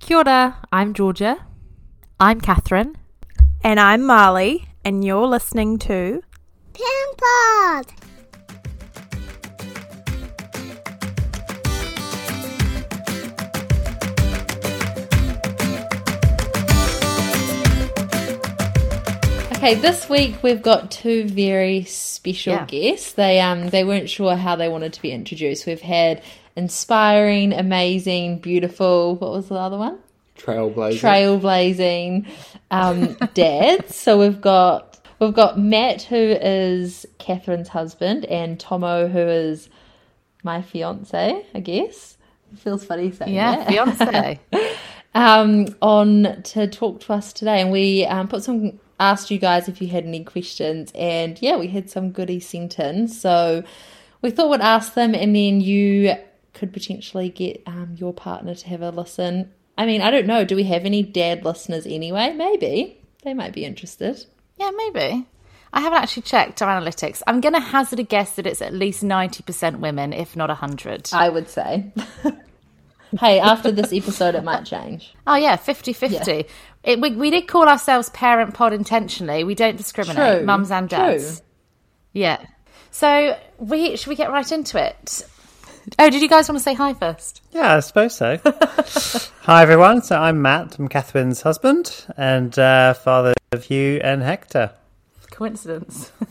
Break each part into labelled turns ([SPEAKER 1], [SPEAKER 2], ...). [SPEAKER 1] Kia ora, I'm Georgia. I'm Catherine.
[SPEAKER 2] And I'm Marley, and you're listening to
[SPEAKER 3] Pimples.
[SPEAKER 4] Okay, this week we've got two very special
[SPEAKER 1] Yeah.
[SPEAKER 4] guests. They um they weren't sure how they wanted to be introduced. We've had inspiring, amazing, beautiful. What was the other one?
[SPEAKER 5] Trailblazer.
[SPEAKER 4] Trailblazing um, dads. So we've got we've got Matt who is Catherine's husband and Tomo who is my fiance. I guess feels funny saying that.
[SPEAKER 1] fiance.
[SPEAKER 4] um, on to talk to us today, and we um, put some asked you guys if you had any questions, and yeah, we had some goodies sent in, so we thought we'd ask them, and then you could potentially get um, your partner to have a listen. I mean, I don't know. Do we have any dad listeners anyway? Maybe they might be interested.
[SPEAKER 1] yeah, maybe. I haven't actually checked our analytics. I'm going to hazard a guess that it's at least 90% women, if not 100.
[SPEAKER 4] I would say. hey, after this episode, it might change.
[SPEAKER 1] oh, yeah, 50 50. It We, we did call ourselves Parent Pod intentionally. We don't discriminate,
[SPEAKER 4] True,
[SPEAKER 1] mums and
[SPEAKER 4] true.
[SPEAKER 1] dads. Yeah. So, we should we get right into it? Oh, did you guys want to say hi first?
[SPEAKER 6] Yeah, I suppose so. Hi, everyone. So I'm Matt. I'm Catherine's husband and uh, father of Hugh and Hector.
[SPEAKER 1] Coincidence.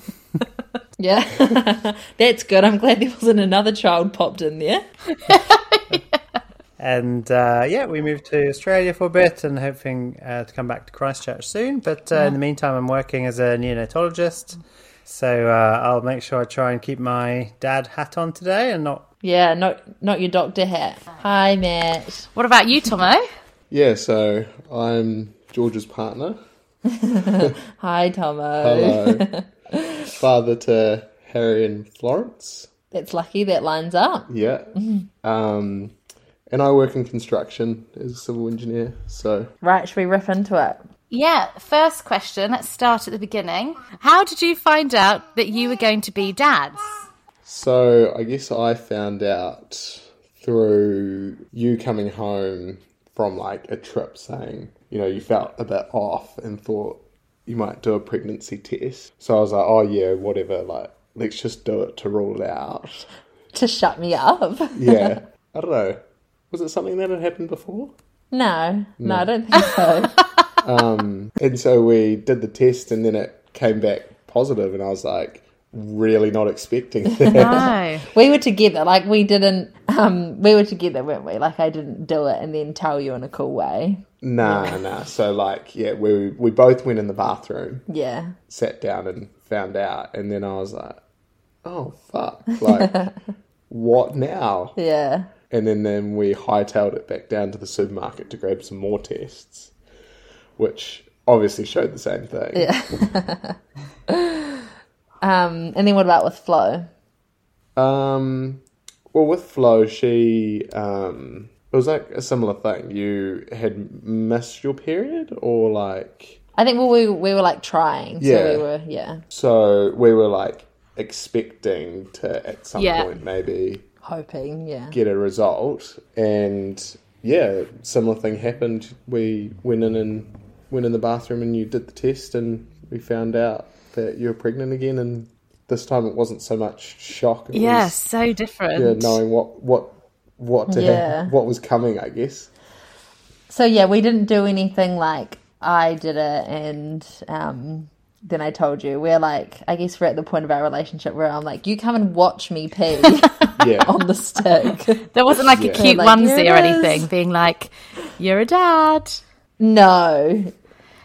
[SPEAKER 4] Yeah, that's good. I'm glad there wasn't another child popped in there.
[SPEAKER 6] And uh, yeah, we moved to Australia for a bit and hoping uh, to come back to Christchurch soon. But uh, in the meantime, I'm working as a neonatologist. So uh, I'll make sure I try and keep my dad hat on today and not.
[SPEAKER 4] Yeah, not not your doctor hat. Hi, Matt.
[SPEAKER 1] What about you, Tomo?
[SPEAKER 5] Yeah, so I'm George's partner.
[SPEAKER 4] Hi, Tomo.
[SPEAKER 5] Hello. Father to Harry and Florence.
[SPEAKER 4] That's lucky that lines up.
[SPEAKER 5] Yeah. Um, and I work in construction as a civil engineer. So
[SPEAKER 4] Right, should we rip into it?
[SPEAKER 1] Yeah, first question. Let's start at the beginning. How did you find out that you were going to be dads?
[SPEAKER 5] so I guess I found out through you coming home from like a trip saying, you know, you felt a bit off and thought you might do a pregnancy test. So I was like, oh yeah, whatever, like let's just do it to rule it out.
[SPEAKER 4] To shut me up?
[SPEAKER 5] yeah. I don't know. Was it something that had happened before?
[SPEAKER 4] No, no, I don't think so.
[SPEAKER 5] And so we did the test and then it came back positive and I was like, really not expecting that.
[SPEAKER 1] No.
[SPEAKER 4] we were together, like we didn't. Um, we were together, weren't we? Like I didn't do it and then tell you in a cool way.
[SPEAKER 5] nah, nah. So like, yeah, we we both went in the bathroom,
[SPEAKER 4] Yeah,
[SPEAKER 5] sat down and found out and then I was like, Oh fuck. Like what now?
[SPEAKER 4] yeah.
[SPEAKER 5] And then, then we hightailed it back down to the supermarket to grab some more tests. Which obviously showed the same thing. Yeah.
[SPEAKER 4] Um, and then what about with Flo?
[SPEAKER 5] Um, well, with Flo, she um, it was like a similar thing. You had missed your period, or like
[SPEAKER 4] I think well, we we were like trying, so
[SPEAKER 5] Yeah.
[SPEAKER 4] we were yeah
[SPEAKER 5] so we were like expecting to at some
[SPEAKER 1] Yeah.
[SPEAKER 5] point maybe
[SPEAKER 4] hoping, yeah.
[SPEAKER 5] get a result, and yeah, similar thing happened. We went in and went in the bathroom, and you did the test, and we found out that you were pregnant again, and this time it wasn't so much shock. It
[SPEAKER 1] Yeah,
[SPEAKER 5] was-
[SPEAKER 1] so
[SPEAKER 5] yeah,
[SPEAKER 1] different.
[SPEAKER 5] knowing what what what to
[SPEAKER 4] Yeah.
[SPEAKER 5] have, what was coming, I guess.
[SPEAKER 4] So yeah, we didn't do anything like I did it, and um, then I told you we're like I guess we're at the point of our relationship where I'm like, you come and watch me pee
[SPEAKER 5] Yeah,
[SPEAKER 4] on the stick.
[SPEAKER 1] There wasn't like a cute
[SPEAKER 4] Like, here
[SPEAKER 1] onesie
[SPEAKER 4] it
[SPEAKER 1] or
[SPEAKER 4] is.
[SPEAKER 1] anything being like, you're a dad.
[SPEAKER 4] no,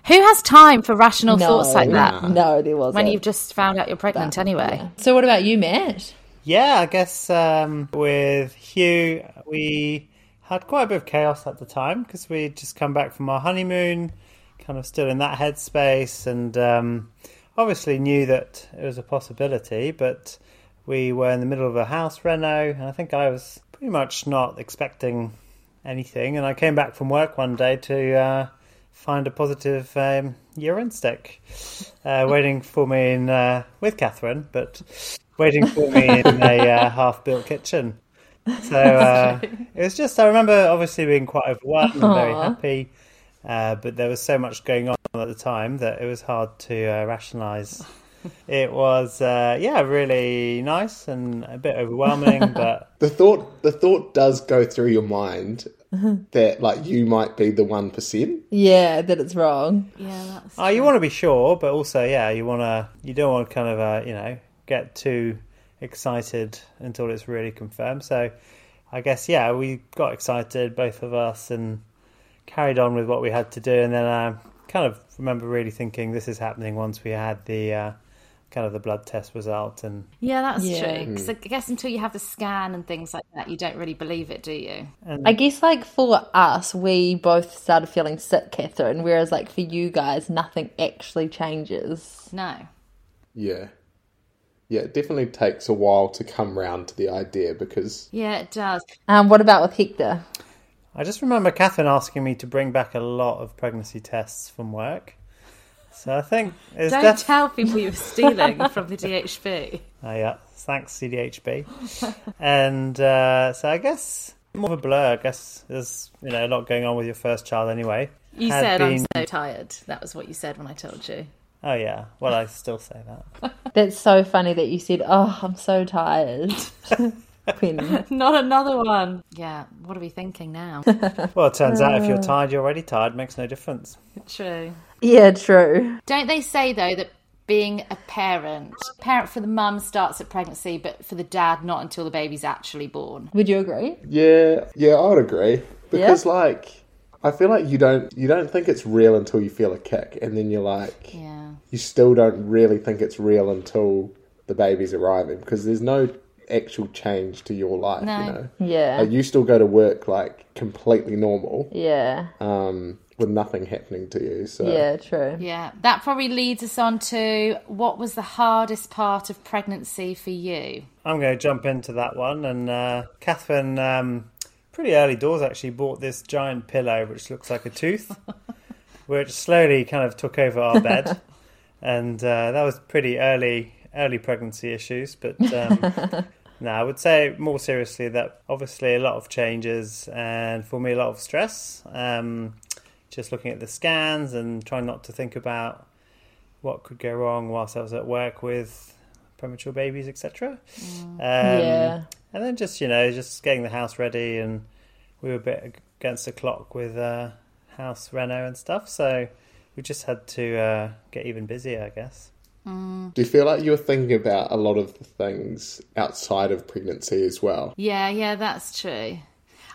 [SPEAKER 1] Who has time for rational
[SPEAKER 4] No.
[SPEAKER 1] thoughts like that
[SPEAKER 4] no, there wasn't.
[SPEAKER 1] when you've just found out you're pregnant anyway?
[SPEAKER 4] so what about you, Matt?
[SPEAKER 6] Yeah, I guess um, with Hugh, we had quite a bit of chaos at the time because we'd just come back from our honeymoon, kind of still in that headspace, and um, obviously knew that it was a possibility, but we were in the middle of a house reno, and I think I was pretty much not expecting anything. And I came back from work one day to uh, find a positive um, urine stick uh, waiting for me in, uh, with Catherine, but waiting for me in a uh, half built kitchen. So uh, it was just, I remember obviously being quite overwhelmed and very happy, uh, but there was so much going on at the time that it was hard to uh, rationalize. It was, uh, yeah, really nice and a bit overwhelming, but
[SPEAKER 5] The thought the thought does go through your mind that like you might be the one percent.
[SPEAKER 4] Yeah, that it's wrong.
[SPEAKER 1] Yeah, that's
[SPEAKER 6] oh, you want to be sure, but also, yeah, you want to, you don't want to kind of, uh, you know, get too excited until it's really confirmed. So I guess, yeah, we got excited, both of us, and carried on with what we had to do. And then I kind of remember really thinking this is happening once we had the uh, kind of the blood test result. And
[SPEAKER 1] yeah, that's
[SPEAKER 4] Yeah.
[SPEAKER 1] true.
[SPEAKER 4] Mm.
[SPEAKER 1] Because I guess until you have the scan and things like that, you don't really believe it, do you?
[SPEAKER 4] I guess like for us, we both started feeling sick, Catherine, whereas like for you guys, nothing actually changes.
[SPEAKER 1] No.
[SPEAKER 5] Yeah. Yeah, it definitely takes a while to come round to the idea because
[SPEAKER 1] Yeah, it does.
[SPEAKER 4] Um, what about with Hector?
[SPEAKER 6] I just remember Catherine asking me to bring back a lot of pregnancy tests from work. So I think it's
[SPEAKER 1] Don't
[SPEAKER 6] definitely.
[SPEAKER 1] tell people you're stealing from the DHB.
[SPEAKER 6] Oh, yeah. Thanks, CDHB. and uh, so I guess more of a blur. I guess there's you know a lot going on with your first child anyway.
[SPEAKER 1] You
[SPEAKER 6] Had
[SPEAKER 1] said I'm
[SPEAKER 6] been-
[SPEAKER 1] so tired. That was what you said when I told you.
[SPEAKER 6] Oh yeah. Well, I still say that.
[SPEAKER 4] That's so funny that you said, "Oh, I'm so tired." when
[SPEAKER 1] Not another one. Yeah, what are we thinking now?
[SPEAKER 6] Well, it turns out if
[SPEAKER 1] Uh.
[SPEAKER 6] you're tired, you're already tired. Makes no difference.
[SPEAKER 1] true.
[SPEAKER 4] yeah, true.
[SPEAKER 1] Don't they say though that being a parent, parent for the mum starts at pregnancy, but for the dad not until the baby's actually born.
[SPEAKER 4] Would you agree?
[SPEAKER 5] yeah, yeah, I would agree because like I feel like you don't you don't think it's real until you feel a kick and then you're like
[SPEAKER 1] Yeah.
[SPEAKER 5] you still don't really think it's real until the baby's arriving because there's no actual change to your life,
[SPEAKER 1] No.
[SPEAKER 5] you know.
[SPEAKER 4] Yeah,
[SPEAKER 5] Like, you still go to work like completely normal,
[SPEAKER 4] yeah,
[SPEAKER 5] um, with nothing happening to you. So
[SPEAKER 4] yeah, true.
[SPEAKER 1] Yeah. That probably leads us on to what was the hardest part of pregnancy for you?
[SPEAKER 6] I'm going to jump into that one. And uh, Catherine, um, pretty early doors actually, bought this giant pillow which looks like a tooth, which slowly kind of took over our bed. and uh, that was pretty early, early pregnancy issues. But um, no, I would say more seriously that obviously a lot of changes and for me a lot of stress. Um, just looking at the scans and trying not to think about what could go wrong whilst I was at work with premature babies, etc. Um,
[SPEAKER 4] Yeah.
[SPEAKER 6] And then just you know, just getting the house ready, and we were a bit against the clock with uh, house reno and stuff, so we just had to uh, get even busier, I guess.
[SPEAKER 5] do you feel like you're thinking about a lot of the things outside of pregnancy as well?
[SPEAKER 1] Yeah, yeah, that's true.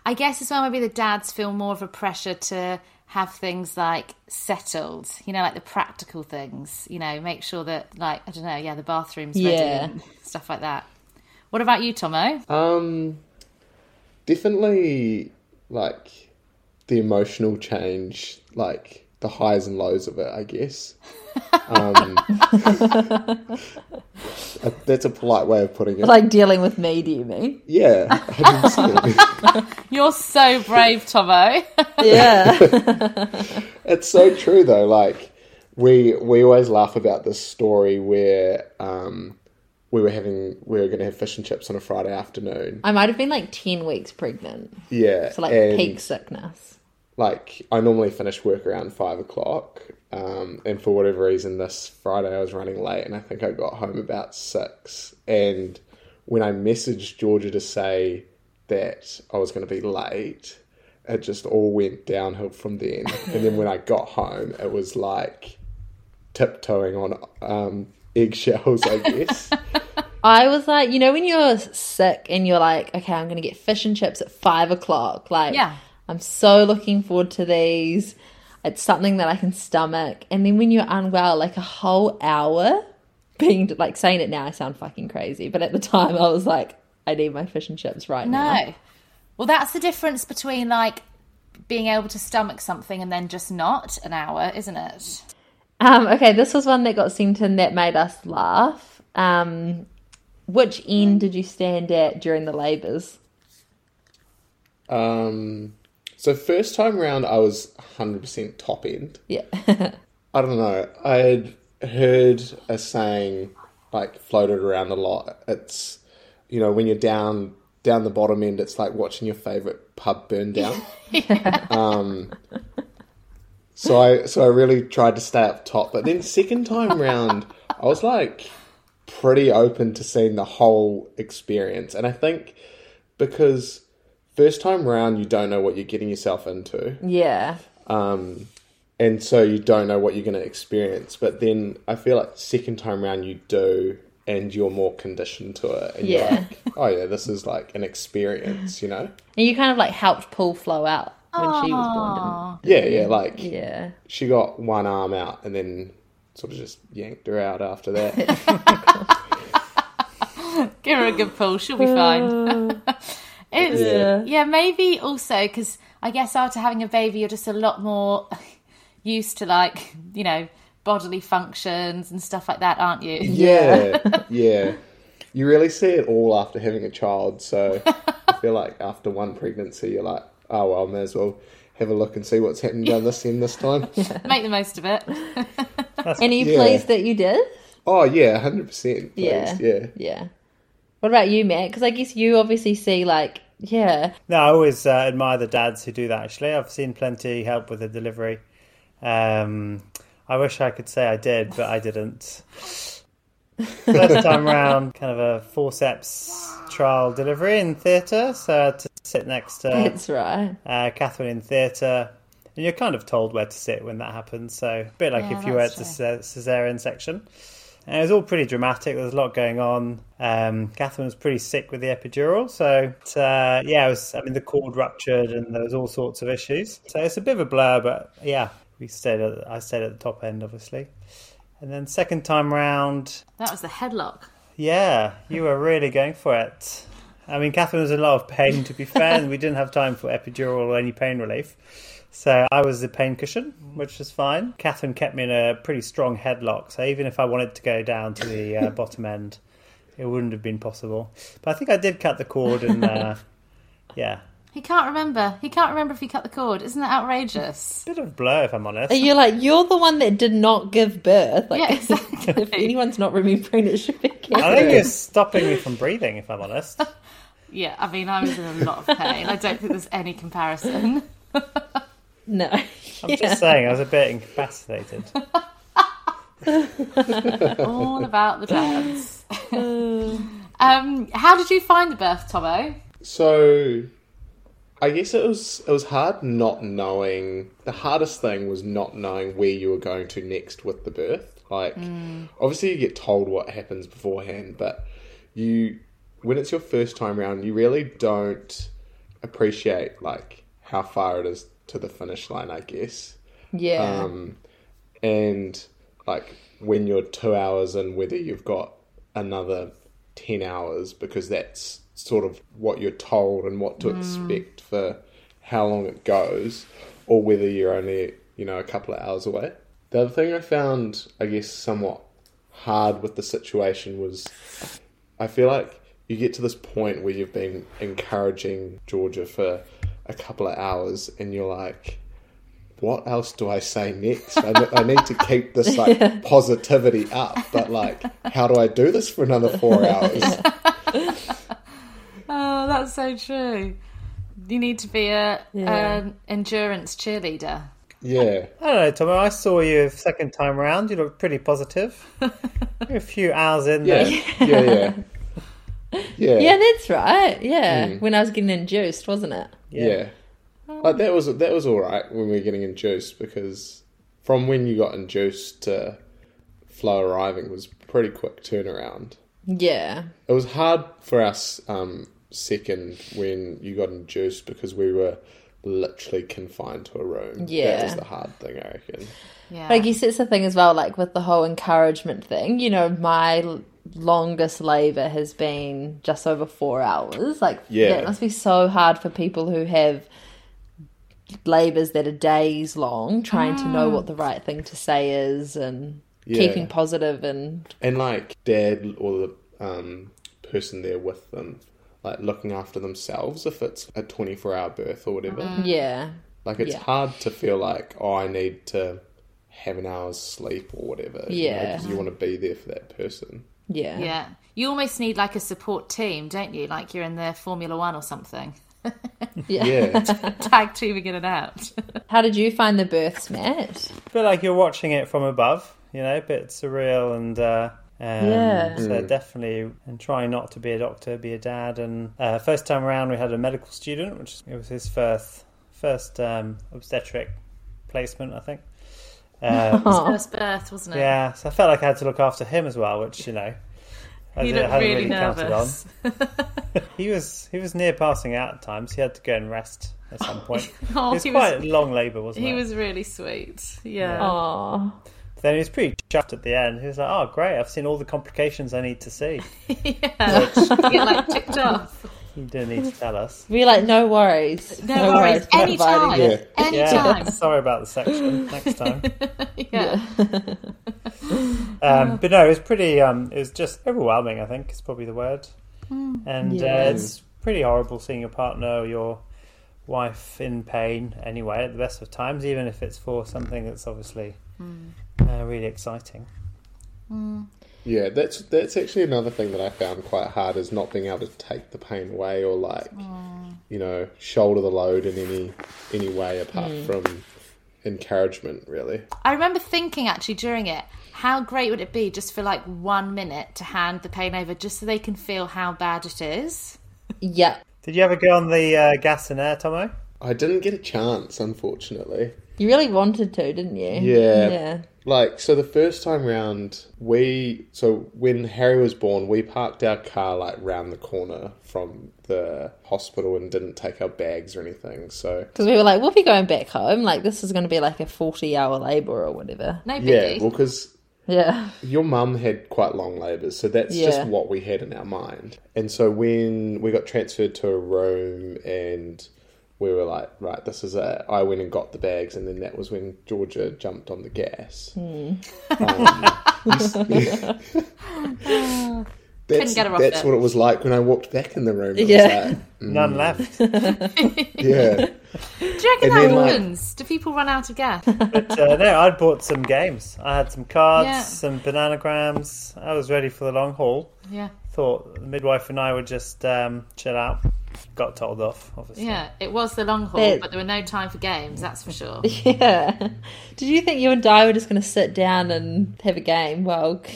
[SPEAKER 1] I guess as well, maybe the dads feel more of a pressure to have things like settled, you know, like the practical things, you know, make sure that, like, I don't know, yeah, the bathroom's ready
[SPEAKER 4] Yeah.
[SPEAKER 1] and stuff like that. What about you, Tomo?
[SPEAKER 5] Um, definitely like the emotional change, like the highs and lows of it, I guess. Um, that's a polite way of putting it.
[SPEAKER 4] Like dealing with me, do you mean?
[SPEAKER 5] yeah, 100%.
[SPEAKER 1] You're so brave, Tomo.
[SPEAKER 4] Yeah,
[SPEAKER 5] It's so true though. Like we we always laugh about this story where um, we were having we were going to have fish and chips on a Friday afternoon.
[SPEAKER 4] I might have been like ten weeks pregnant,
[SPEAKER 5] Yeah,
[SPEAKER 4] so like
[SPEAKER 5] and,
[SPEAKER 4] peak sickness.
[SPEAKER 5] Like I normally finish work around five o'clock, um, and for whatever reason, this Friday I was running late, and I think I got home about six. And when I messaged Georgia to say that I was going to be late. It just all went downhill from then. And then when I got home, it was like tiptoeing on um, eggshells, I guess.
[SPEAKER 4] I was like, you know, when you're sick and you're like, okay, I'm going to get fish and chips at five o'clock. Like,
[SPEAKER 1] Yeah.
[SPEAKER 4] I'm so looking forward to these. It's something that I can stomach. And then when you're unwell, like a whole hour being like saying it now, I sound fucking crazy. But at the time, I was like, I need my fish and chips right now.
[SPEAKER 1] No. Well, that's the difference between like being able to stomach something and then just not an hour, isn't it?
[SPEAKER 4] Um, okay, this was one that got sent in that made us laugh. Um, which
[SPEAKER 1] Mm.
[SPEAKER 4] end did you stand at during the labours?
[SPEAKER 5] Um, so first time round, I was 100% top end.
[SPEAKER 4] Yeah.
[SPEAKER 5] I don't know. I had heard a saying like floated around a lot. It's you know when you're down down the bottom end, it's like watching your favorite pub burn down. um, so I so I really tried to stay up top, but then second time round, I was like pretty open to seeing the whole experience, and I think because first time round you don't know what you're getting yourself into,
[SPEAKER 4] Yeah.
[SPEAKER 5] um, and so you don't know what you're going to experience. But then I feel like second time round you do, and you're more conditioned to it, and you're
[SPEAKER 4] Yeah.
[SPEAKER 5] like, oh yeah, this is like an experience, you know?
[SPEAKER 4] And you kind of like helped Paul flow out when she was born.
[SPEAKER 5] Yeah, yeah, like
[SPEAKER 4] Didn't you? Oh, Yeah.
[SPEAKER 5] she got one arm out and then sort of just yanked her out after that.
[SPEAKER 1] Give her a good pull. She'll be fine. it's, yeah.
[SPEAKER 4] Yeah.
[SPEAKER 1] maybe also because I guess after having a baby, you're just a lot more used to like you know bodily functions and stuff like that, aren't you?
[SPEAKER 5] yeah, yeah. You really see it all after having a child, so I feel like after one pregnancy, you're like, oh well, may as well have a look and see what's happened down this end this time.
[SPEAKER 1] Make the most of it.
[SPEAKER 4] Any
[SPEAKER 5] Yeah.
[SPEAKER 4] plays that you did?
[SPEAKER 5] Oh yeah, hundred percent.
[SPEAKER 4] Yeah.
[SPEAKER 5] Yeah, yeah.
[SPEAKER 4] Yeah. What about you, Matt? Because I guess you obviously see like yeah,
[SPEAKER 6] No, I always uh, admire the dads who do that. Actually, I've seen plenty help with the delivery. Um, I wish I could say I did, but I didn't. First time round, kind of a forceps trial delivery in theatre, so I had to sit next to
[SPEAKER 4] that's right.
[SPEAKER 6] uh, Catherine in theatre. And you're kind of told where to sit when that happens, so a bit like
[SPEAKER 1] Yeah,
[SPEAKER 6] if you were at
[SPEAKER 1] that's
[SPEAKER 6] the ces- cesarean section. And it was all pretty dramatic. There's a lot going on. Um, Catherine was pretty sick with the epidural, so uh, yeah, it was, I mean the cord ruptured and there was all sorts of issues. So it's a bit of a blur, but yeah, we stayed. At, I stayed at the top end, obviously. And then second time round,
[SPEAKER 1] That was the headlock.
[SPEAKER 6] yeah, you were really going for it. I mean, Catherine was in a lot of pain, to be fair, and we didn't have time for epidural or any pain relief. So I was the pain cushion, which was fine. Catherine kept me in a pretty strong headlock, so even if I wanted to go down to the uh, bottom end, it wouldn't have been possible. But I think I did cut the cord, and uh, yeah,
[SPEAKER 1] He can't remember. He can't remember if he cut the cord. Isn't that outrageous?
[SPEAKER 6] bit of a blur, if I'm honest.
[SPEAKER 4] And you're like you're the one that did not give birth. Like
[SPEAKER 1] Yeah, exactly.
[SPEAKER 4] if anyone's not remembering, it should be.
[SPEAKER 6] I think it's stopping me from breathing, if I'm honest.
[SPEAKER 1] Yeah, I mean, I was in a lot of pain. I don't think there's any comparison.
[SPEAKER 4] No.
[SPEAKER 6] I'm just saying, I was a bit incapacitated.
[SPEAKER 1] All about the dance. um, how did you find the birth, Tomo?
[SPEAKER 5] So I guess it was it was hard not knowing. The hardest thing was not knowing where you were going to next with the birth. Like obviously you get told what happens beforehand, but you when it's your first time round, you really don't appreciate like how far it is to the finish line, I guess.
[SPEAKER 4] Yeah.
[SPEAKER 5] um, and like when you're two hours and whether you've got another 10 hours because that's sort of what you're told and what to expect for how long it goes or whether you're only you know a couple of hours away the other thing i found i guess somewhat hard with the situation was I feel like you get to this point where you've been encouraging Georgia for a couple of hours, and you're like, "What else do I say next? I, ne- I need to keep this like positivity up, but like, how do I do this for another four hours?"
[SPEAKER 1] Oh, that's so true. You need to be a an endurance cheerleader.
[SPEAKER 5] Yeah,
[SPEAKER 6] I don't know, Tom. I saw you second time round. You looked pretty positive. You're a few hours in
[SPEAKER 5] yeah,
[SPEAKER 6] there.
[SPEAKER 5] yeah, yeah, yeah,
[SPEAKER 4] yeah, that's right. Yeah. When I was getting induced, wasn't it?
[SPEAKER 5] yeah. Like that was that was all right when we were getting induced because from when you got induced to Flo arriving was pretty quick turnaround.
[SPEAKER 4] Yeah.
[SPEAKER 5] It was hard for us um, second when you got induced because we were literally confined to a room.
[SPEAKER 4] Yeah.
[SPEAKER 5] that was the hard thing, I reckon.
[SPEAKER 1] Yeah.
[SPEAKER 4] But I guess it's the thing as well, like with the whole encouragement thing, you know, my l- longest labour has been just over four hours. Like,
[SPEAKER 5] Yeah.
[SPEAKER 4] that must be so hard for people who have labours that are days long, trying to know what the right thing to say is and
[SPEAKER 5] Mm. Yeah.
[SPEAKER 4] keeping positive and
[SPEAKER 5] And like dad or the um, person there with them, like looking after themselves if it's a twenty-four hour birth or whatever.
[SPEAKER 4] yeah.
[SPEAKER 5] Like it's
[SPEAKER 4] Mm-hmm. Yeah.
[SPEAKER 5] hard to feel like oh, I need to have an hour's sleep or whatever. you know,
[SPEAKER 4] Yeah.
[SPEAKER 5] 'cause you want to be there for that person.
[SPEAKER 4] Yeah.
[SPEAKER 1] Yeah. You almost need like a support team, don't you? Like you're in the Formula One or something.
[SPEAKER 5] Yeah.
[SPEAKER 1] Tag teaming in and out.
[SPEAKER 4] How did you find the births, Matt?
[SPEAKER 6] feel like you're watching it from above, you know, a bit surreal and. Uh, um,
[SPEAKER 4] Yeah.
[SPEAKER 6] So definitely, and trying not to be a doctor, be a dad. And uh, first time around, we had a medical student, which it was his first first um, obstetric placement, I think. Uh,
[SPEAKER 4] Oh,
[SPEAKER 1] First birth, wasn't it?
[SPEAKER 6] yeah, so I felt like I had to look after him as well, which you know, I
[SPEAKER 1] You
[SPEAKER 6] did-
[SPEAKER 1] look
[SPEAKER 6] hadn't
[SPEAKER 1] really,
[SPEAKER 6] counted
[SPEAKER 1] nervous.
[SPEAKER 6] on. He was he was near passing out at times. He had to go and rest at some point.
[SPEAKER 1] Oh,
[SPEAKER 6] it was
[SPEAKER 1] he was-
[SPEAKER 6] quite long labour, wasn't
[SPEAKER 1] He
[SPEAKER 6] it?
[SPEAKER 1] was really sweet. Yeah.
[SPEAKER 4] Aw.
[SPEAKER 6] Then he was pretty chuffed at the end. He was like, "Oh, great! I've seen all the complications I need to see."
[SPEAKER 1] Yeah. You Get like ticked off.
[SPEAKER 6] He didn't need to tell us.
[SPEAKER 4] we like no worries.
[SPEAKER 1] No worries.
[SPEAKER 4] we're
[SPEAKER 1] Anytime.
[SPEAKER 4] inviting
[SPEAKER 5] Yeah.
[SPEAKER 1] Anytime.
[SPEAKER 6] sorry about the section. Next time.
[SPEAKER 1] Yeah.
[SPEAKER 6] Um, but no, it was pretty. Um, it was just overwhelming. I think is probably the word. And
[SPEAKER 4] Yeah.
[SPEAKER 6] uh, it's pretty horrible seeing your partner or your wife in pain. Anyway, at the best of times, even if it's for something that's obviously
[SPEAKER 1] Hmm.
[SPEAKER 6] uh, really exciting.
[SPEAKER 5] Yeah, that's that's actually another thing that I found quite hard is not being able to take the pain away or like you know shoulder the load in any any way apart from encouragement. Really,
[SPEAKER 1] I remember thinking actually during it, how great would it be just for like one minute to hand the pain over just so they can feel how bad it is?
[SPEAKER 4] Yeah.
[SPEAKER 6] Did you ever go on the uh, gas and air, Tomo?
[SPEAKER 5] I didn't get a chance, unfortunately.
[SPEAKER 4] You really wanted to, didn't you?
[SPEAKER 5] Yeah.
[SPEAKER 4] Yeah.
[SPEAKER 5] Like so, the first time round, we so when Harry was born, we parked our car like round the corner from the hospital and didn't take our bags or anything. So
[SPEAKER 4] Because we were like, we'll be going back home. Like, this is going to be like a 40 hour labor or whatever.
[SPEAKER 1] No
[SPEAKER 5] yeah,
[SPEAKER 1] biggie.
[SPEAKER 5] well, because
[SPEAKER 4] Yeah.
[SPEAKER 5] Your mum had quite long labours, so that's just
[SPEAKER 4] Yeah.
[SPEAKER 5] what we had in our mind. And so when we got transferred to a room and we were like, right, this is it, I went and got the bags, and then that was when Georgia jumped on the gas.
[SPEAKER 4] Hmm.
[SPEAKER 5] Um, that's
[SPEAKER 1] get her off
[SPEAKER 5] that's
[SPEAKER 1] it.
[SPEAKER 5] what it was like when I walked back in the room. It
[SPEAKER 4] Yeah.
[SPEAKER 5] was like,
[SPEAKER 6] None left.
[SPEAKER 5] yeah.
[SPEAKER 1] Do you reckon
[SPEAKER 5] And
[SPEAKER 1] that
[SPEAKER 5] then, like-
[SPEAKER 1] happens? Do people run out of gas?
[SPEAKER 6] But uh, no, I'd bought some games. I had some cards,
[SPEAKER 1] Yeah.
[SPEAKER 6] some bananagrams. I was ready for the long haul.
[SPEAKER 1] yeah.
[SPEAKER 6] Thought the midwife and I would just um, chill out. Got told off, obviously.
[SPEAKER 1] Yeah. It was the long haul,
[SPEAKER 4] But-
[SPEAKER 1] but there were no time for games, that's for sure.
[SPEAKER 4] Yeah. Did you think you and Di were just going to sit down and have a game? Well,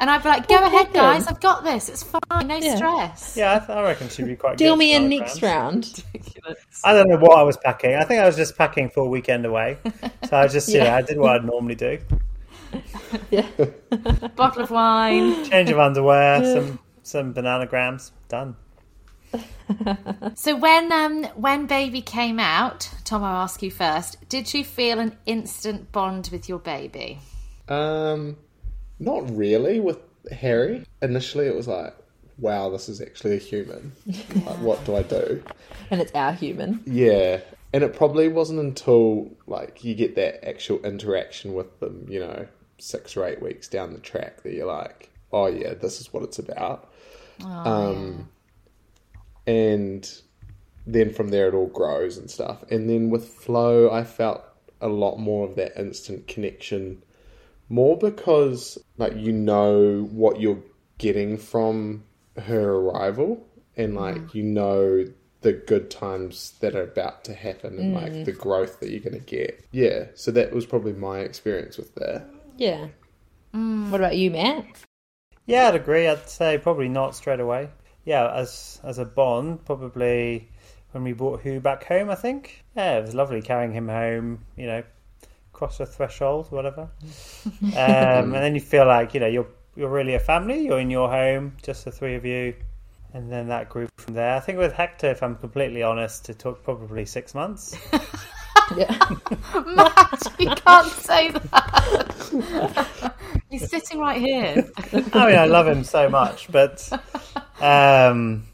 [SPEAKER 1] And I'd be like, go
[SPEAKER 5] Oh,
[SPEAKER 1] ahead,
[SPEAKER 4] happened?
[SPEAKER 1] guys. I've got this. It's fine. No
[SPEAKER 4] Yeah.
[SPEAKER 1] stress.
[SPEAKER 6] Yeah, I, th- I reckon she'd be quite
[SPEAKER 4] deal
[SPEAKER 6] good
[SPEAKER 4] me
[SPEAKER 6] for
[SPEAKER 4] in
[SPEAKER 6] our
[SPEAKER 4] next round.
[SPEAKER 6] friends. I don't know what I was packing. I think I was just packing for a weekend away. So I just, yeah, I did what I'd normally do.
[SPEAKER 1] Bottle of wine.
[SPEAKER 6] Change of underwear, some some bananagrams. Done.
[SPEAKER 1] So when um when baby came out, Tom, I'll ask you first. Did you feel an instant bond with your baby?
[SPEAKER 5] Um, not really with Harry. Initially, it was like, wow, this is actually a human. Like, what do I do?
[SPEAKER 4] And it's our human.
[SPEAKER 5] Yeah. And it probably wasn't until like you get that actual interaction with them, you know, six or eight weeks down the track that you're like, oh yeah, this is what it's about. um, and then from there it all grows and stuff. And then with Flo, I felt a lot more of that instant connection, more because like you know what you're getting from her arrival, and like you know the good times that are about to happen and like the growth that you're going to get. Yeah, so that was probably my experience with that.
[SPEAKER 4] Yeah. What about you, Matt?
[SPEAKER 6] Yeah, I'd agree. I'd say probably not straight away. Yeah, as as a bond, probably when we brought Who back home, I think. Yeah, it was lovely carrying him home, you know, cross the threshold, whatever. um, and then you feel like, you know, you're you're really a family, you're in your home, just the three of you. And then that grew from there. I think with Hector, if I'm completely honest, it took probably six months.
[SPEAKER 4] Yeah.
[SPEAKER 1] Matt, you can't say that. He's sitting right here.
[SPEAKER 6] I mean, I love him so much, but um,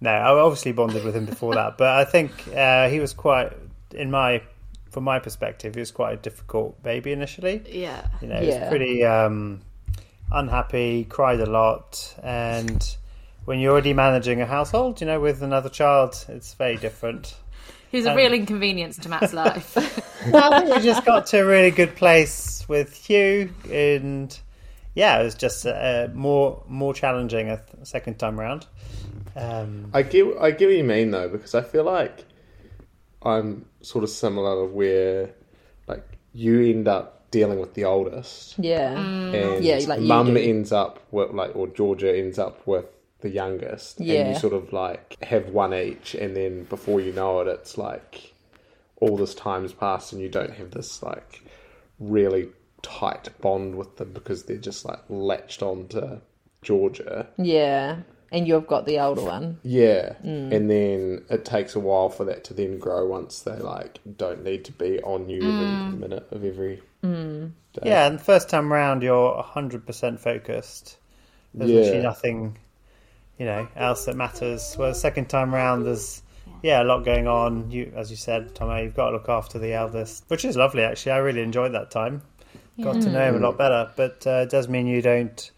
[SPEAKER 6] no, I obviously bonded with him before that. But I think uh, he was quite, in my, from my perspective, he was quite a difficult baby initially.
[SPEAKER 1] Yeah.
[SPEAKER 6] You know, he was
[SPEAKER 4] Yeah.
[SPEAKER 6] pretty um, unhappy, cried a lot, and when you're already managing a household, you know, with another child, it's very different.
[SPEAKER 1] He was a real inconvenience to Matt's life.
[SPEAKER 6] I think we just got to a really good place with Hugh, and yeah, it was just uh, more more challenging a th- second time round. Um,
[SPEAKER 5] I get I get what you mean though, because I feel like I'm sort of similar of where like you end up dealing with the oldest
[SPEAKER 4] Yeah.
[SPEAKER 5] and
[SPEAKER 4] Yeah, like you
[SPEAKER 5] mum
[SPEAKER 4] do.
[SPEAKER 5] ends up with like or Georgia ends up with the youngest. And
[SPEAKER 4] Yeah.
[SPEAKER 5] you sort of like have one each and then before you know it it's like all this time's passed and you don't have this like really tight bond with them because they're just like latched onto Georgia.
[SPEAKER 4] Yeah. And you've got the older one.
[SPEAKER 5] Yeah,
[SPEAKER 4] Mm.
[SPEAKER 5] and then it takes a while for that to then grow once they like don't need to be on you every
[SPEAKER 4] Mm.
[SPEAKER 5] minute of every.
[SPEAKER 6] yeah, and the first time round, you're hundred percent focused. There's literally
[SPEAKER 5] Yeah.
[SPEAKER 6] nothing, you know, else that matters. Well, second time round, there's yeah, a lot going on. You, as you said, Tomo, you've got to look after the eldest, which is lovely. Actually, I really enjoyed that time. Got to know him a lot better, but uh, it does mean you don't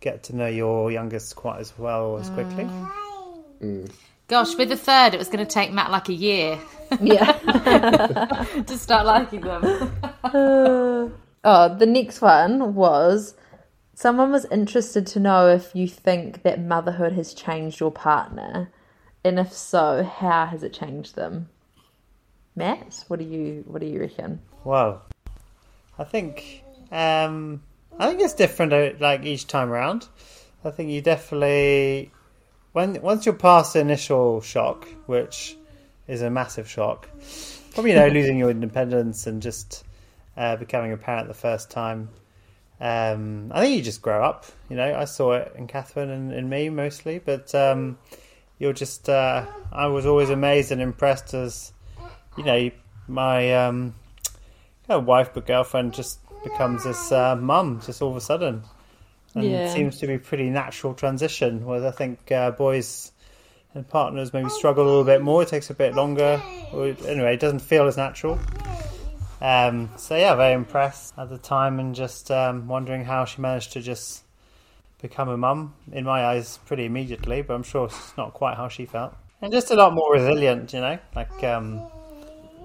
[SPEAKER 6] get to know your youngest quite as well as quickly.
[SPEAKER 1] Gosh, with the third, it was going to take Matt like a year
[SPEAKER 4] Yeah.
[SPEAKER 1] to start liking them.
[SPEAKER 4] Oh, the next one was someone was interested to know if you think that motherhood has changed your partner, and if so, how has it changed them? Matt, what do you what do you reckon?
[SPEAKER 6] Well, I think um, I think it's different. uh, Like each time round, I think you definitely when once you're past the initial shock, which is a massive shock, from you know losing your independence and just uh, becoming a parent the first time. Um, I think you just grow up. You know, I saw it in Catherine and, and me mostly, but um, you're just. Uh, I was always amazed and impressed as you know my um, a wife but girlfriend just becomes this uh, mum just all of a sudden. And it
[SPEAKER 4] Yeah.
[SPEAKER 6] seems to be a pretty natural transition, whereas I think uh, boys and partners maybe struggle a little bit more. It takes a bit longer. Or, anyway, it doesn't feel as natural. Um, so yeah, very impressed at the time and just um, wondering how she managed to just become a mum. In my eyes, pretty immediately, but I'm sure it's not quite how she felt. And just a lot more resilient, you know, like um,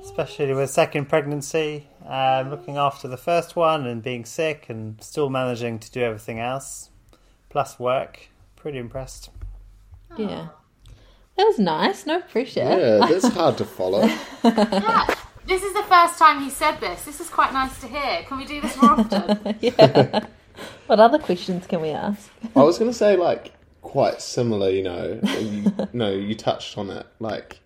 [SPEAKER 6] especially with second pregnancy, um, looking after the first one and being sick and still managing to do everything else, plus work. Pretty impressed.
[SPEAKER 4] Yeah. That was nice, no pressure.
[SPEAKER 5] Yeah, that's hard to follow.
[SPEAKER 1] This is the first time he said this. This is quite nice to hear. Can we do this more often?
[SPEAKER 4] What other questions can we ask?
[SPEAKER 5] I was gonna say like quite similar, you know. You, no, you touched on it. Like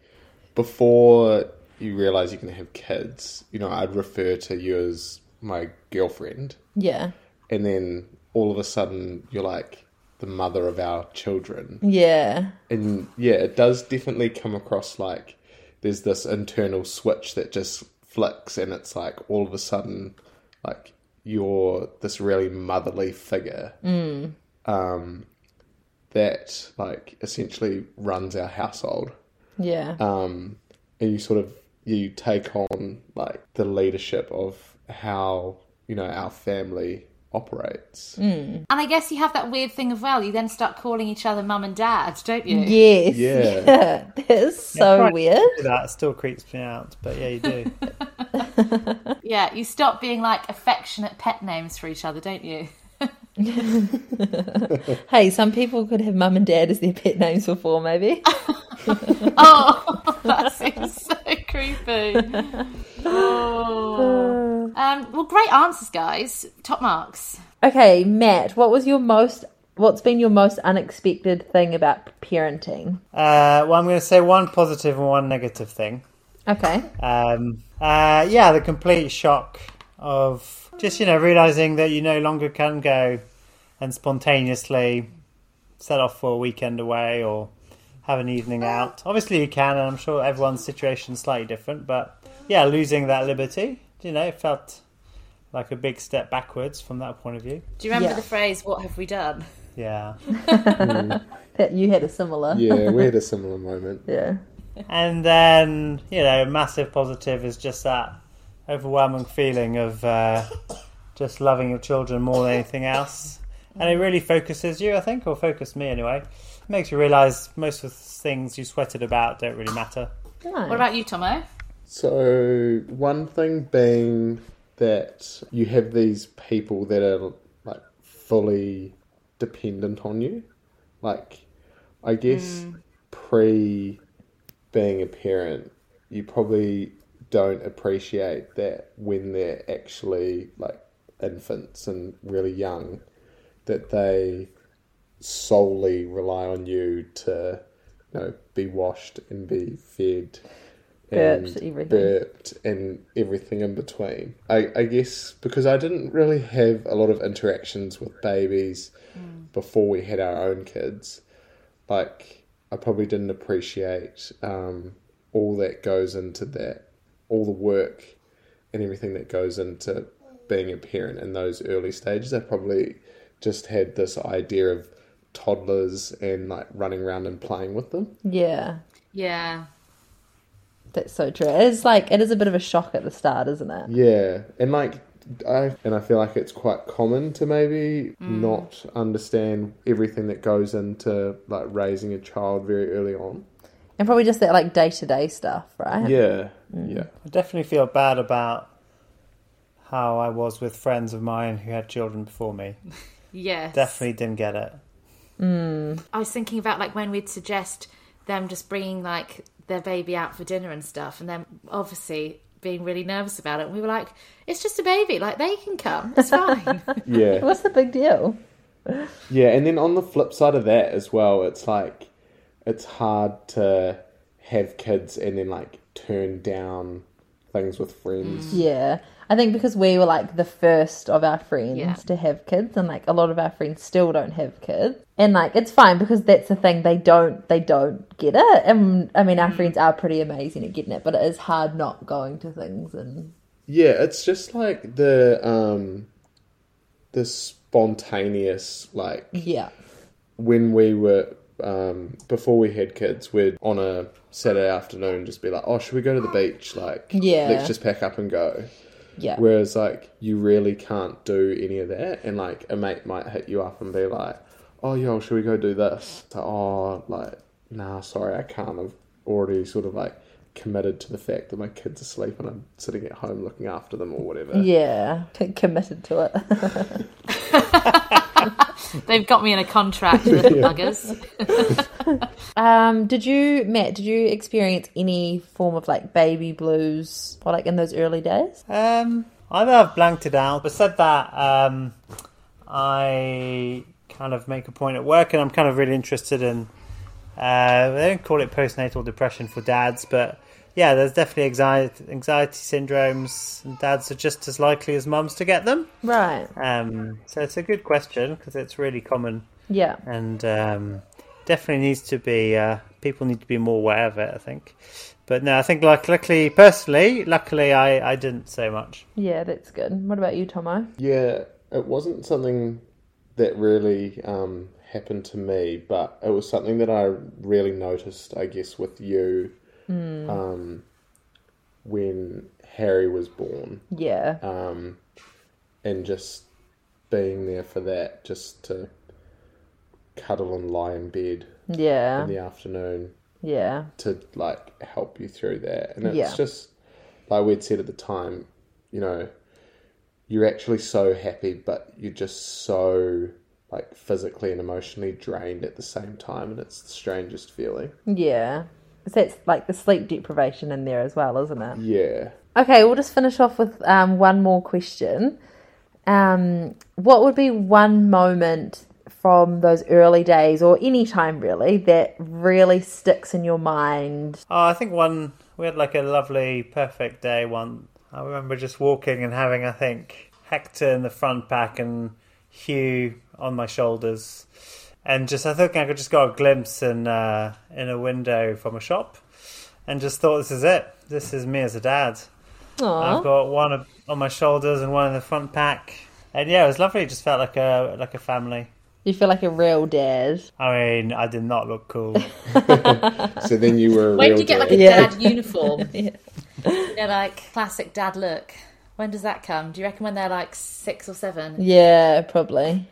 [SPEAKER 5] before you realize you're gonna have kids, you know, I'd refer to you as my girlfriend,
[SPEAKER 4] Yeah.
[SPEAKER 5] and then all of a sudden you're like the mother of our children.
[SPEAKER 4] Yeah.
[SPEAKER 5] and yeah, it does definitely come across like there's this internal switch that just flicks, and it's like all of a sudden, like you're this really motherly figure, um, that like essentially runs our household,
[SPEAKER 4] Yeah.
[SPEAKER 5] um, and you sort of you take on like the leadership of how you know our family operates.
[SPEAKER 1] and I guess you have that weird thing as well. You then start calling each other mum and dad, don't you?
[SPEAKER 4] yes.
[SPEAKER 5] Yeah.
[SPEAKER 4] that is so
[SPEAKER 6] Right.
[SPEAKER 4] weird.
[SPEAKER 6] That still creeps me out, but yeah, you do.
[SPEAKER 1] Yeah, you stop being like affectionate pet names for each other, don't you?
[SPEAKER 4] Hey, some people could have mum and dad as their pet names before, maybe.
[SPEAKER 1] Oh, that seems so creepy. Oh. Um, well, great answers, guys. Top marks.
[SPEAKER 4] Okay, Matt, what was your most what's been your most unexpected thing about parenting?
[SPEAKER 6] Uh, well, I'm going to say one positive and one negative thing.
[SPEAKER 4] Okay.
[SPEAKER 6] Um, uh, yeah, the complete shock of just, you know, realizing that you no longer can go and spontaneously set off for a weekend away or have an evening out. Obviously, you can, and I'm sure everyone's situation is slightly different, but yeah, losing that liberty, you know, it felt like a big step backwards from that point of view.
[SPEAKER 1] Do you remember
[SPEAKER 4] Yeah.
[SPEAKER 1] the phrase, what have we done?
[SPEAKER 6] Yeah.
[SPEAKER 4] That you had a similar.
[SPEAKER 5] Yeah, we had a similar moment.
[SPEAKER 4] Yeah.
[SPEAKER 6] And then, you know, massive positive is just that overwhelming feeling of uh, just loving your children more than anything else. And it really focuses you, I think, or focused me anyway. It makes you realise most of the things you sweated about don't really matter.
[SPEAKER 1] What about you, Tomo?
[SPEAKER 5] So one thing being that you have these people that are like fully dependent on you. Like, I guess pre being a parent, you probably don't appreciate that when they're actually like infants and really young, that they solely rely on you to, you know, be washed and be fed
[SPEAKER 4] Burped,
[SPEAKER 5] and
[SPEAKER 4] everything.
[SPEAKER 5] burped and everything in between. I, I guess because I didn't really have a lot of interactions with babies
[SPEAKER 4] Mm.
[SPEAKER 5] before we had our own kids, like I probably didn't appreciate um, all that goes into that, all the work and everything that goes into being a parent in those early stages. I probably just had this idea of toddlers and like running around and playing with them.
[SPEAKER 4] Yeah,
[SPEAKER 1] Yeah.
[SPEAKER 4] that's so true. It is like it is a bit of a shock at the start, isn't it?
[SPEAKER 5] Yeah, and like I and I feel like it's quite common to maybe not understand everything that goes into like raising a child very early on.
[SPEAKER 4] And probably just that like day to day stuff, right?
[SPEAKER 5] Yeah, yeah,
[SPEAKER 6] I definitely feel bad about how I was with friends of mine who had children before me.
[SPEAKER 1] Yes.
[SPEAKER 6] Definitely didn't get it.
[SPEAKER 1] I was thinking about like when we'd suggest them just bringing like their baby out for dinner and stuff, and then obviously being really nervous about it. And we were like, "It's just a baby. Like they can come. It's fine."
[SPEAKER 5] yeah.
[SPEAKER 4] What's the big deal?
[SPEAKER 5] Yeah, and then on the flip side of that as well, it's like it's hard to have kids and then like turn down things with friends.
[SPEAKER 4] Yeah. I think because we were like the first of our friends
[SPEAKER 1] Yeah.
[SPEAKER 4] to have kids and like a lot of our friends still don't have kids. And like it's fine because that's the thing they don't they don't get it. And I mean our friends are pretty amazing at getting it, but it is hard not going to things and
[SPEAKER 5] Yeah, it's just like the um the spontaneous like
[SPEAKER 4] yeah.
[SPEAKER 5] when we were um, before we had kids, we'd on a Saturday afternoon just be like, "Oh, should we go to the beach? Like,
[SPEAKER 4] Yeah.
[SPEAKER 5] let's just pack up and go."
[SPEAKER 4] Yeah.
[SPEAKER 5] Whereas like you really can't do any of that, and like a mate might hit you up and be like, "Oh, yo, should we go do this?" So, oh, like, nah, sorry, I can't. I've already sort of like committed to the fact that my kids are asleep and I'm sitting at home looking after them or whatever.
[SPEAKER 4] yeah. Committed to it.
[SPEAKER 1] They've got me in a contract, the buggers.
[SPEAKER 4] um did you Matt, did you experience any form of like baby blues or like in those early days?
[SPEAKER 6] Um, either I've blanked it out, but said that um, I kind of make a point at work, and I'm kind of really interested in. Uh, they don't call it postnatal depression for dads, but yeah, there's definitely anxiety, anxiety syndromes, and dads are just as likely as mums to get them.
[SPEAKER 4] Right.
[SPEAKER 6] Um, so it's a good question because it's really common,
[SPEAKER 4] Yeah.
[SPEAKER 6] and um, definitely needs to be. Uh, people need to be more aware of it, I think. But no, I think like luckily, personally, luckily, I, I didn't so much.
[SPEAKER 4] Yeah, that's good. What about you, Tomo?
[SPEAKER 5] Yeah, it wasn't something that really um, happened to me, but it was something that I really noticed, I guess, with you um, when Harry was born,
[SPEAKER 4] Yeah.
[SPEAKER 5] um, and just being there for that, just to cuddle and lie in bed
[SPEAKER 4] Yeah.
[SPEAKER 5] in the afternoon
[SPEAKER 4] Yeah.
[SPEAKER 5] to like help you through that. And it's
[SPEAKER 4] Yeah.
[SPEAKER 5] just like we'd said at the time, you know, you're actually so happy, but you're just so like physically and emotionally drained at the same time, and it's the strangest feeling.
[SPEAKER 4] Yeah. So it's like the sleep deprivation in there as well, isn't it?
[SPEAKER 5] Yeah.
[SPEAKER 4] Okay, we'll just finish off with um, one more question. Um, what would be one moment from those early days or any time really that really sticks in your mind?
[SPEAKER 6] Oh, I think one we had like a lovely, perfect day. One I remember just walking and having I think Hector in the front pack and Hugh on my shoulders, and just I think I could just got a glimpse in uh, in a window from a shop, and just thought this is it. This is me as a dad. I've
[SPEAKER 4] Aww.
[SPEAKER 6] got one on my shoulders and one in the front pack, and yeah, it was lovely. It just felt like a like a family.
[SPEAKER 4] You feel like a real dad.
[SPEAKER 6] I mean, I did not look cool.
[SPEAKER 5] So then you were a
[SPEAKER 1] When
[SPEAKER 5] real
[SPEAKER 1] do you get like a
[SPEAKER 5] dad.
[SPEAKER 4] Yeah.
[SPEAKER 1] dad uniform? You know, like classic dad look. When does that come? Do you reckon when they're like six or seven?
[SPEAKER 4] Yeah, probably.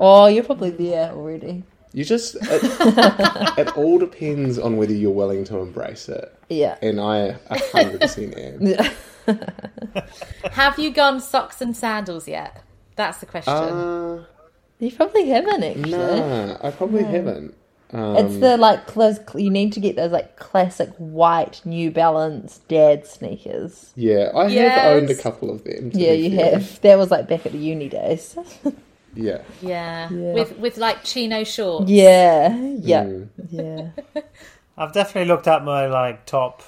[SPEAKER 4] Oh, you're probably there already.
[SPEAKER 5] You just it, it all depends on whether you're willing to embrace it,
[SPEAKER 4] Yeah.
[SPEAKER 5] and I a hundred percent am.
[SPEAKER 1] Have you gone socks and sandals yet? That's the question.
[SPEAKER 5] Uh,
[SPEAKER 4] You probably haven't actually.
[SPEAKER 5] No, I probably haven't.
[SPEAKER 4] It's the like those you need to get those like classic white New Balance dad sneakers.
[SPEAKER 5] Yeah, I
[SPEAKER 1] Yes.
[SPEAKER 5] have owned a couple of them. to
[SPEAKER 4] Yeah,
[SPEAKER 5] be
[SPEAKER 4] you
[SPEAKER 5] fair.
[SPEAKER 4] have. That was like back at the uni days.
[SPEAKER 5] Yeah.
[SPEAKER 1] Yeah.
[SPEAKER 4] Yeah.
[SPEAKER 1] With with like chino shorts.
[SPEAKER 4] yeah, yeah,
[SPEAKER 5] Mm.
[SPEAKER 4] yeah.
[SPEAKER 6] I've definitely looked up my like top,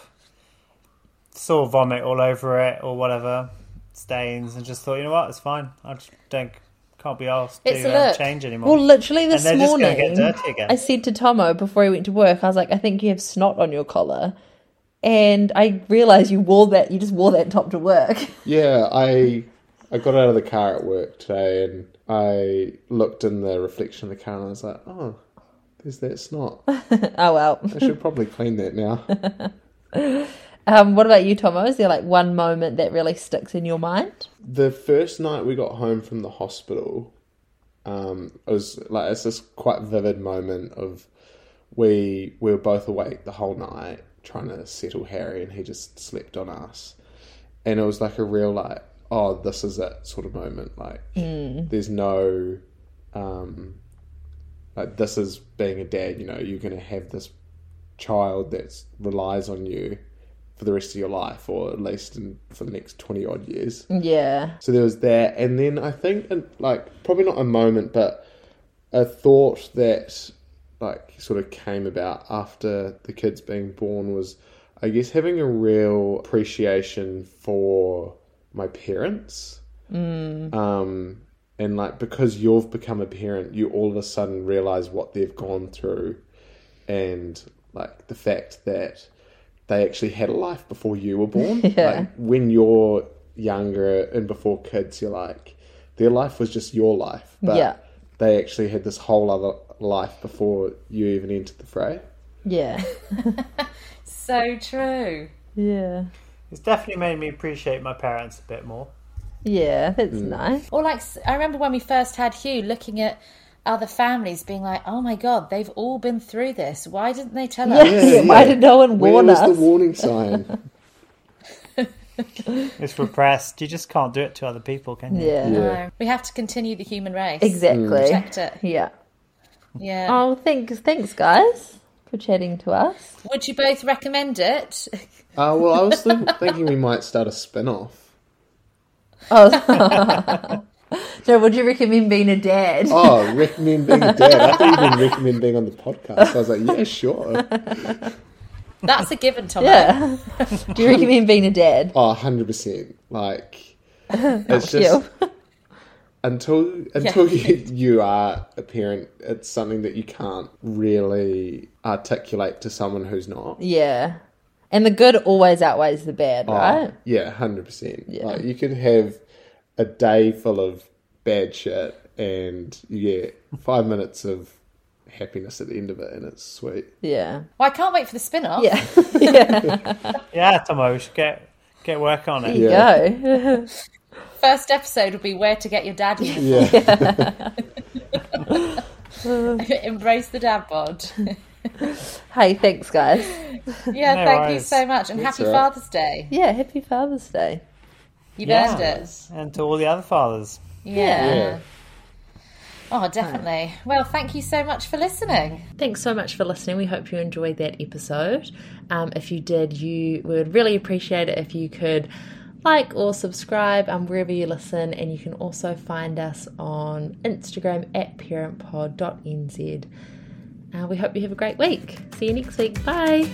[SPEAKER 6] saw vomit all over it or whatever stains, and just thought, you know what, it's fine. I just don't can't be asked
[SPEAKER 1] It's a
[SPEAKER 6] to uh,
[SPEAKER 1] look.
[SPEAKER 6] change anymore.
[SPEAKER 4] Well, literally
[SPEAKER 6] and
[SPEAKER 4] this
[SPEAKER 6] they're just going to get
[SPEAKER 4] morning,
[SPEAKER 6] dirty again.
[SPEAKER 4] I said to Tomo before he went to work, I was like, I think you have snot on your collar, and I realised you wore that. You just wore that top to work.
[SPEAKER 5] Yeah, I I got out of the car at work today and I looked in the reflection of the car and I was like, oh, there's that snot. I
[SPEAKER 4] oh well.
[SPEAKER 5] should probably clean that now.
[SPEAKER 4] Um, what about you, Tomo? Is there like one moment that really sticks in your mind?
[SPEAKER 5] the first night we got home from the hospital, um, it was like it's this quite vivid moment of we we were both awake the whole night trying to settle Harry, and he just slept on us, and it was like a real like oh this is that sort of moment like there's no um like this is being a dad you know you're gonna have this child that relies on you for the rest of your life or at least in, for the next 20 odd years
[SPEAKER 4] Yeah.
[SPEAKER 5] so there was that, and then I think, and like probably not a moment, but a thought that like sort of came about after the kids being born was, I guess, having a real appreciation for my parents. Um, and like because you've become a parent, you all of a sudden realize what they've gone through, and like the fact that they actually had a life before you were born. Like when you're younger and before kids, you're like, their life was just your life, but
[SPEAKER 4] Yeah.
[SPEAKER 5] they actually had this whole other life before you even entered the fray.
[SPEAKER 4] Yeah.
[SPEAKER 1] So true.
[SPEAKER 4] Yeah.
[SPEAKER 6] it's definitely made me appreciate my parents a bit more.
[SPEAKER 4] Yeah, that's
[SPEAKER 5] Mm.
[SPEAKER 4] nice.
[SPEAKER 1] Or like s- I remember when we first had Hugh looking at other families being like, "Oh my god, they've all been through this. Why didn't they tell us?"
[SPEAKER 5] Yeah,
[SPEAKER 4] Why
[SPEAKER 5] yeah.
[SPEAKER 4] did no one
[SPEAKER 5] Where
[SPEAKER 4] warn
[SPEAKER 5] was
[SPEAKER 4] us?
[SPEAKER 5] the warning sign?
[SPEAKER 6] It's repressed. You just can't do it to other people, can you?
[SPEAKER 4] yeah.
[SPEAKER 5] Mm.
[SPEAKER 1] No. We have to continue the human race.
[SPEAKER 4] Exactly.
[SPEAKER 1] Protect it.
[SPEAKER 4] Yeah.
[SPEAKER 1] Yeah.
[SPEAKER 4] Oh, thanks, thanks, guys, for chatting to us.
[SPEAKER 1] Would you both recommend it?
[SPEAKER 5] uh, well, I was th- thinking we might start a spin off.
[SPEAKER 4] Oh, so would you recommend being a dad?
[SPEAKER 5] Oh, recommend being a dad. I thought you meant recommend being on the podcast. I was like, yeah, sure.
[SPEAKER 1] That's a given, Tom.
[SPEAKER 4] Yeah. Do you recommend being a dad?
[SPEAKER 5] Oh, 100%. Like, it's just. until until you, you are a parent it's something that you can't really articulate to someone who's not
[SPEAKER 4] Yeah. And the good always outweighs the bad,
[SPEAKER 5] Oh.
[SPEAKER 4] right?
[SPEAKER 5] yeah 100% like you could have a day full of bad shit and you get five minutes of happiness at the end of it and it's sweet
[SPEAKER 4] Yeah.
[SPEAKER 1] Well, I can't wait for the spin off.
[SPEAKER 4] Yeah. yeah.
[SPEAKER 6] Yeah, Tomo, we should get get work on it.
[SPEAKER 4] Go.
[SPEAKER 1] First episode will be Where to Get Your Dad Uniform.
[SPEAKER 5] yeah,
[SPEAKER 1] Embrace the dad bod.
[SPEAKER 4] Hey, thanks, guys.
[SPEAKER 1] Yeah,
[SPEAKER 6] No
[SPEAKER 1] thank you
[SPEAKER 6] worries.
[SPEAKER 1] so much. And happy
[SPEAKER 5] all right.
[SPEAKER 1] Father's Day.
[SPEAKER 4] Yeah, happy Father's Day.
[SPEAKER 1] You've
[SPEAKER 6] Yeah.
[SPEAKER 1] earned it.
[SPEAKER 6] And to all the other fathers.
[SPEAKER 1] Yeah.
[SPEAKER 5] yeah.
[SPEAKER 1] Oh, definitely. Well, thank you so much for listening.
[SPEAKER 4] Thanks so much for listening. We hope you enjoyed that episode. Um, if you did, you we would really appreciate it if you could like or subscribe um, wherever you listen. And you can also find us on Instagram at parentpod.nz. Uh, we hope you have a great week. See you next week. Bye.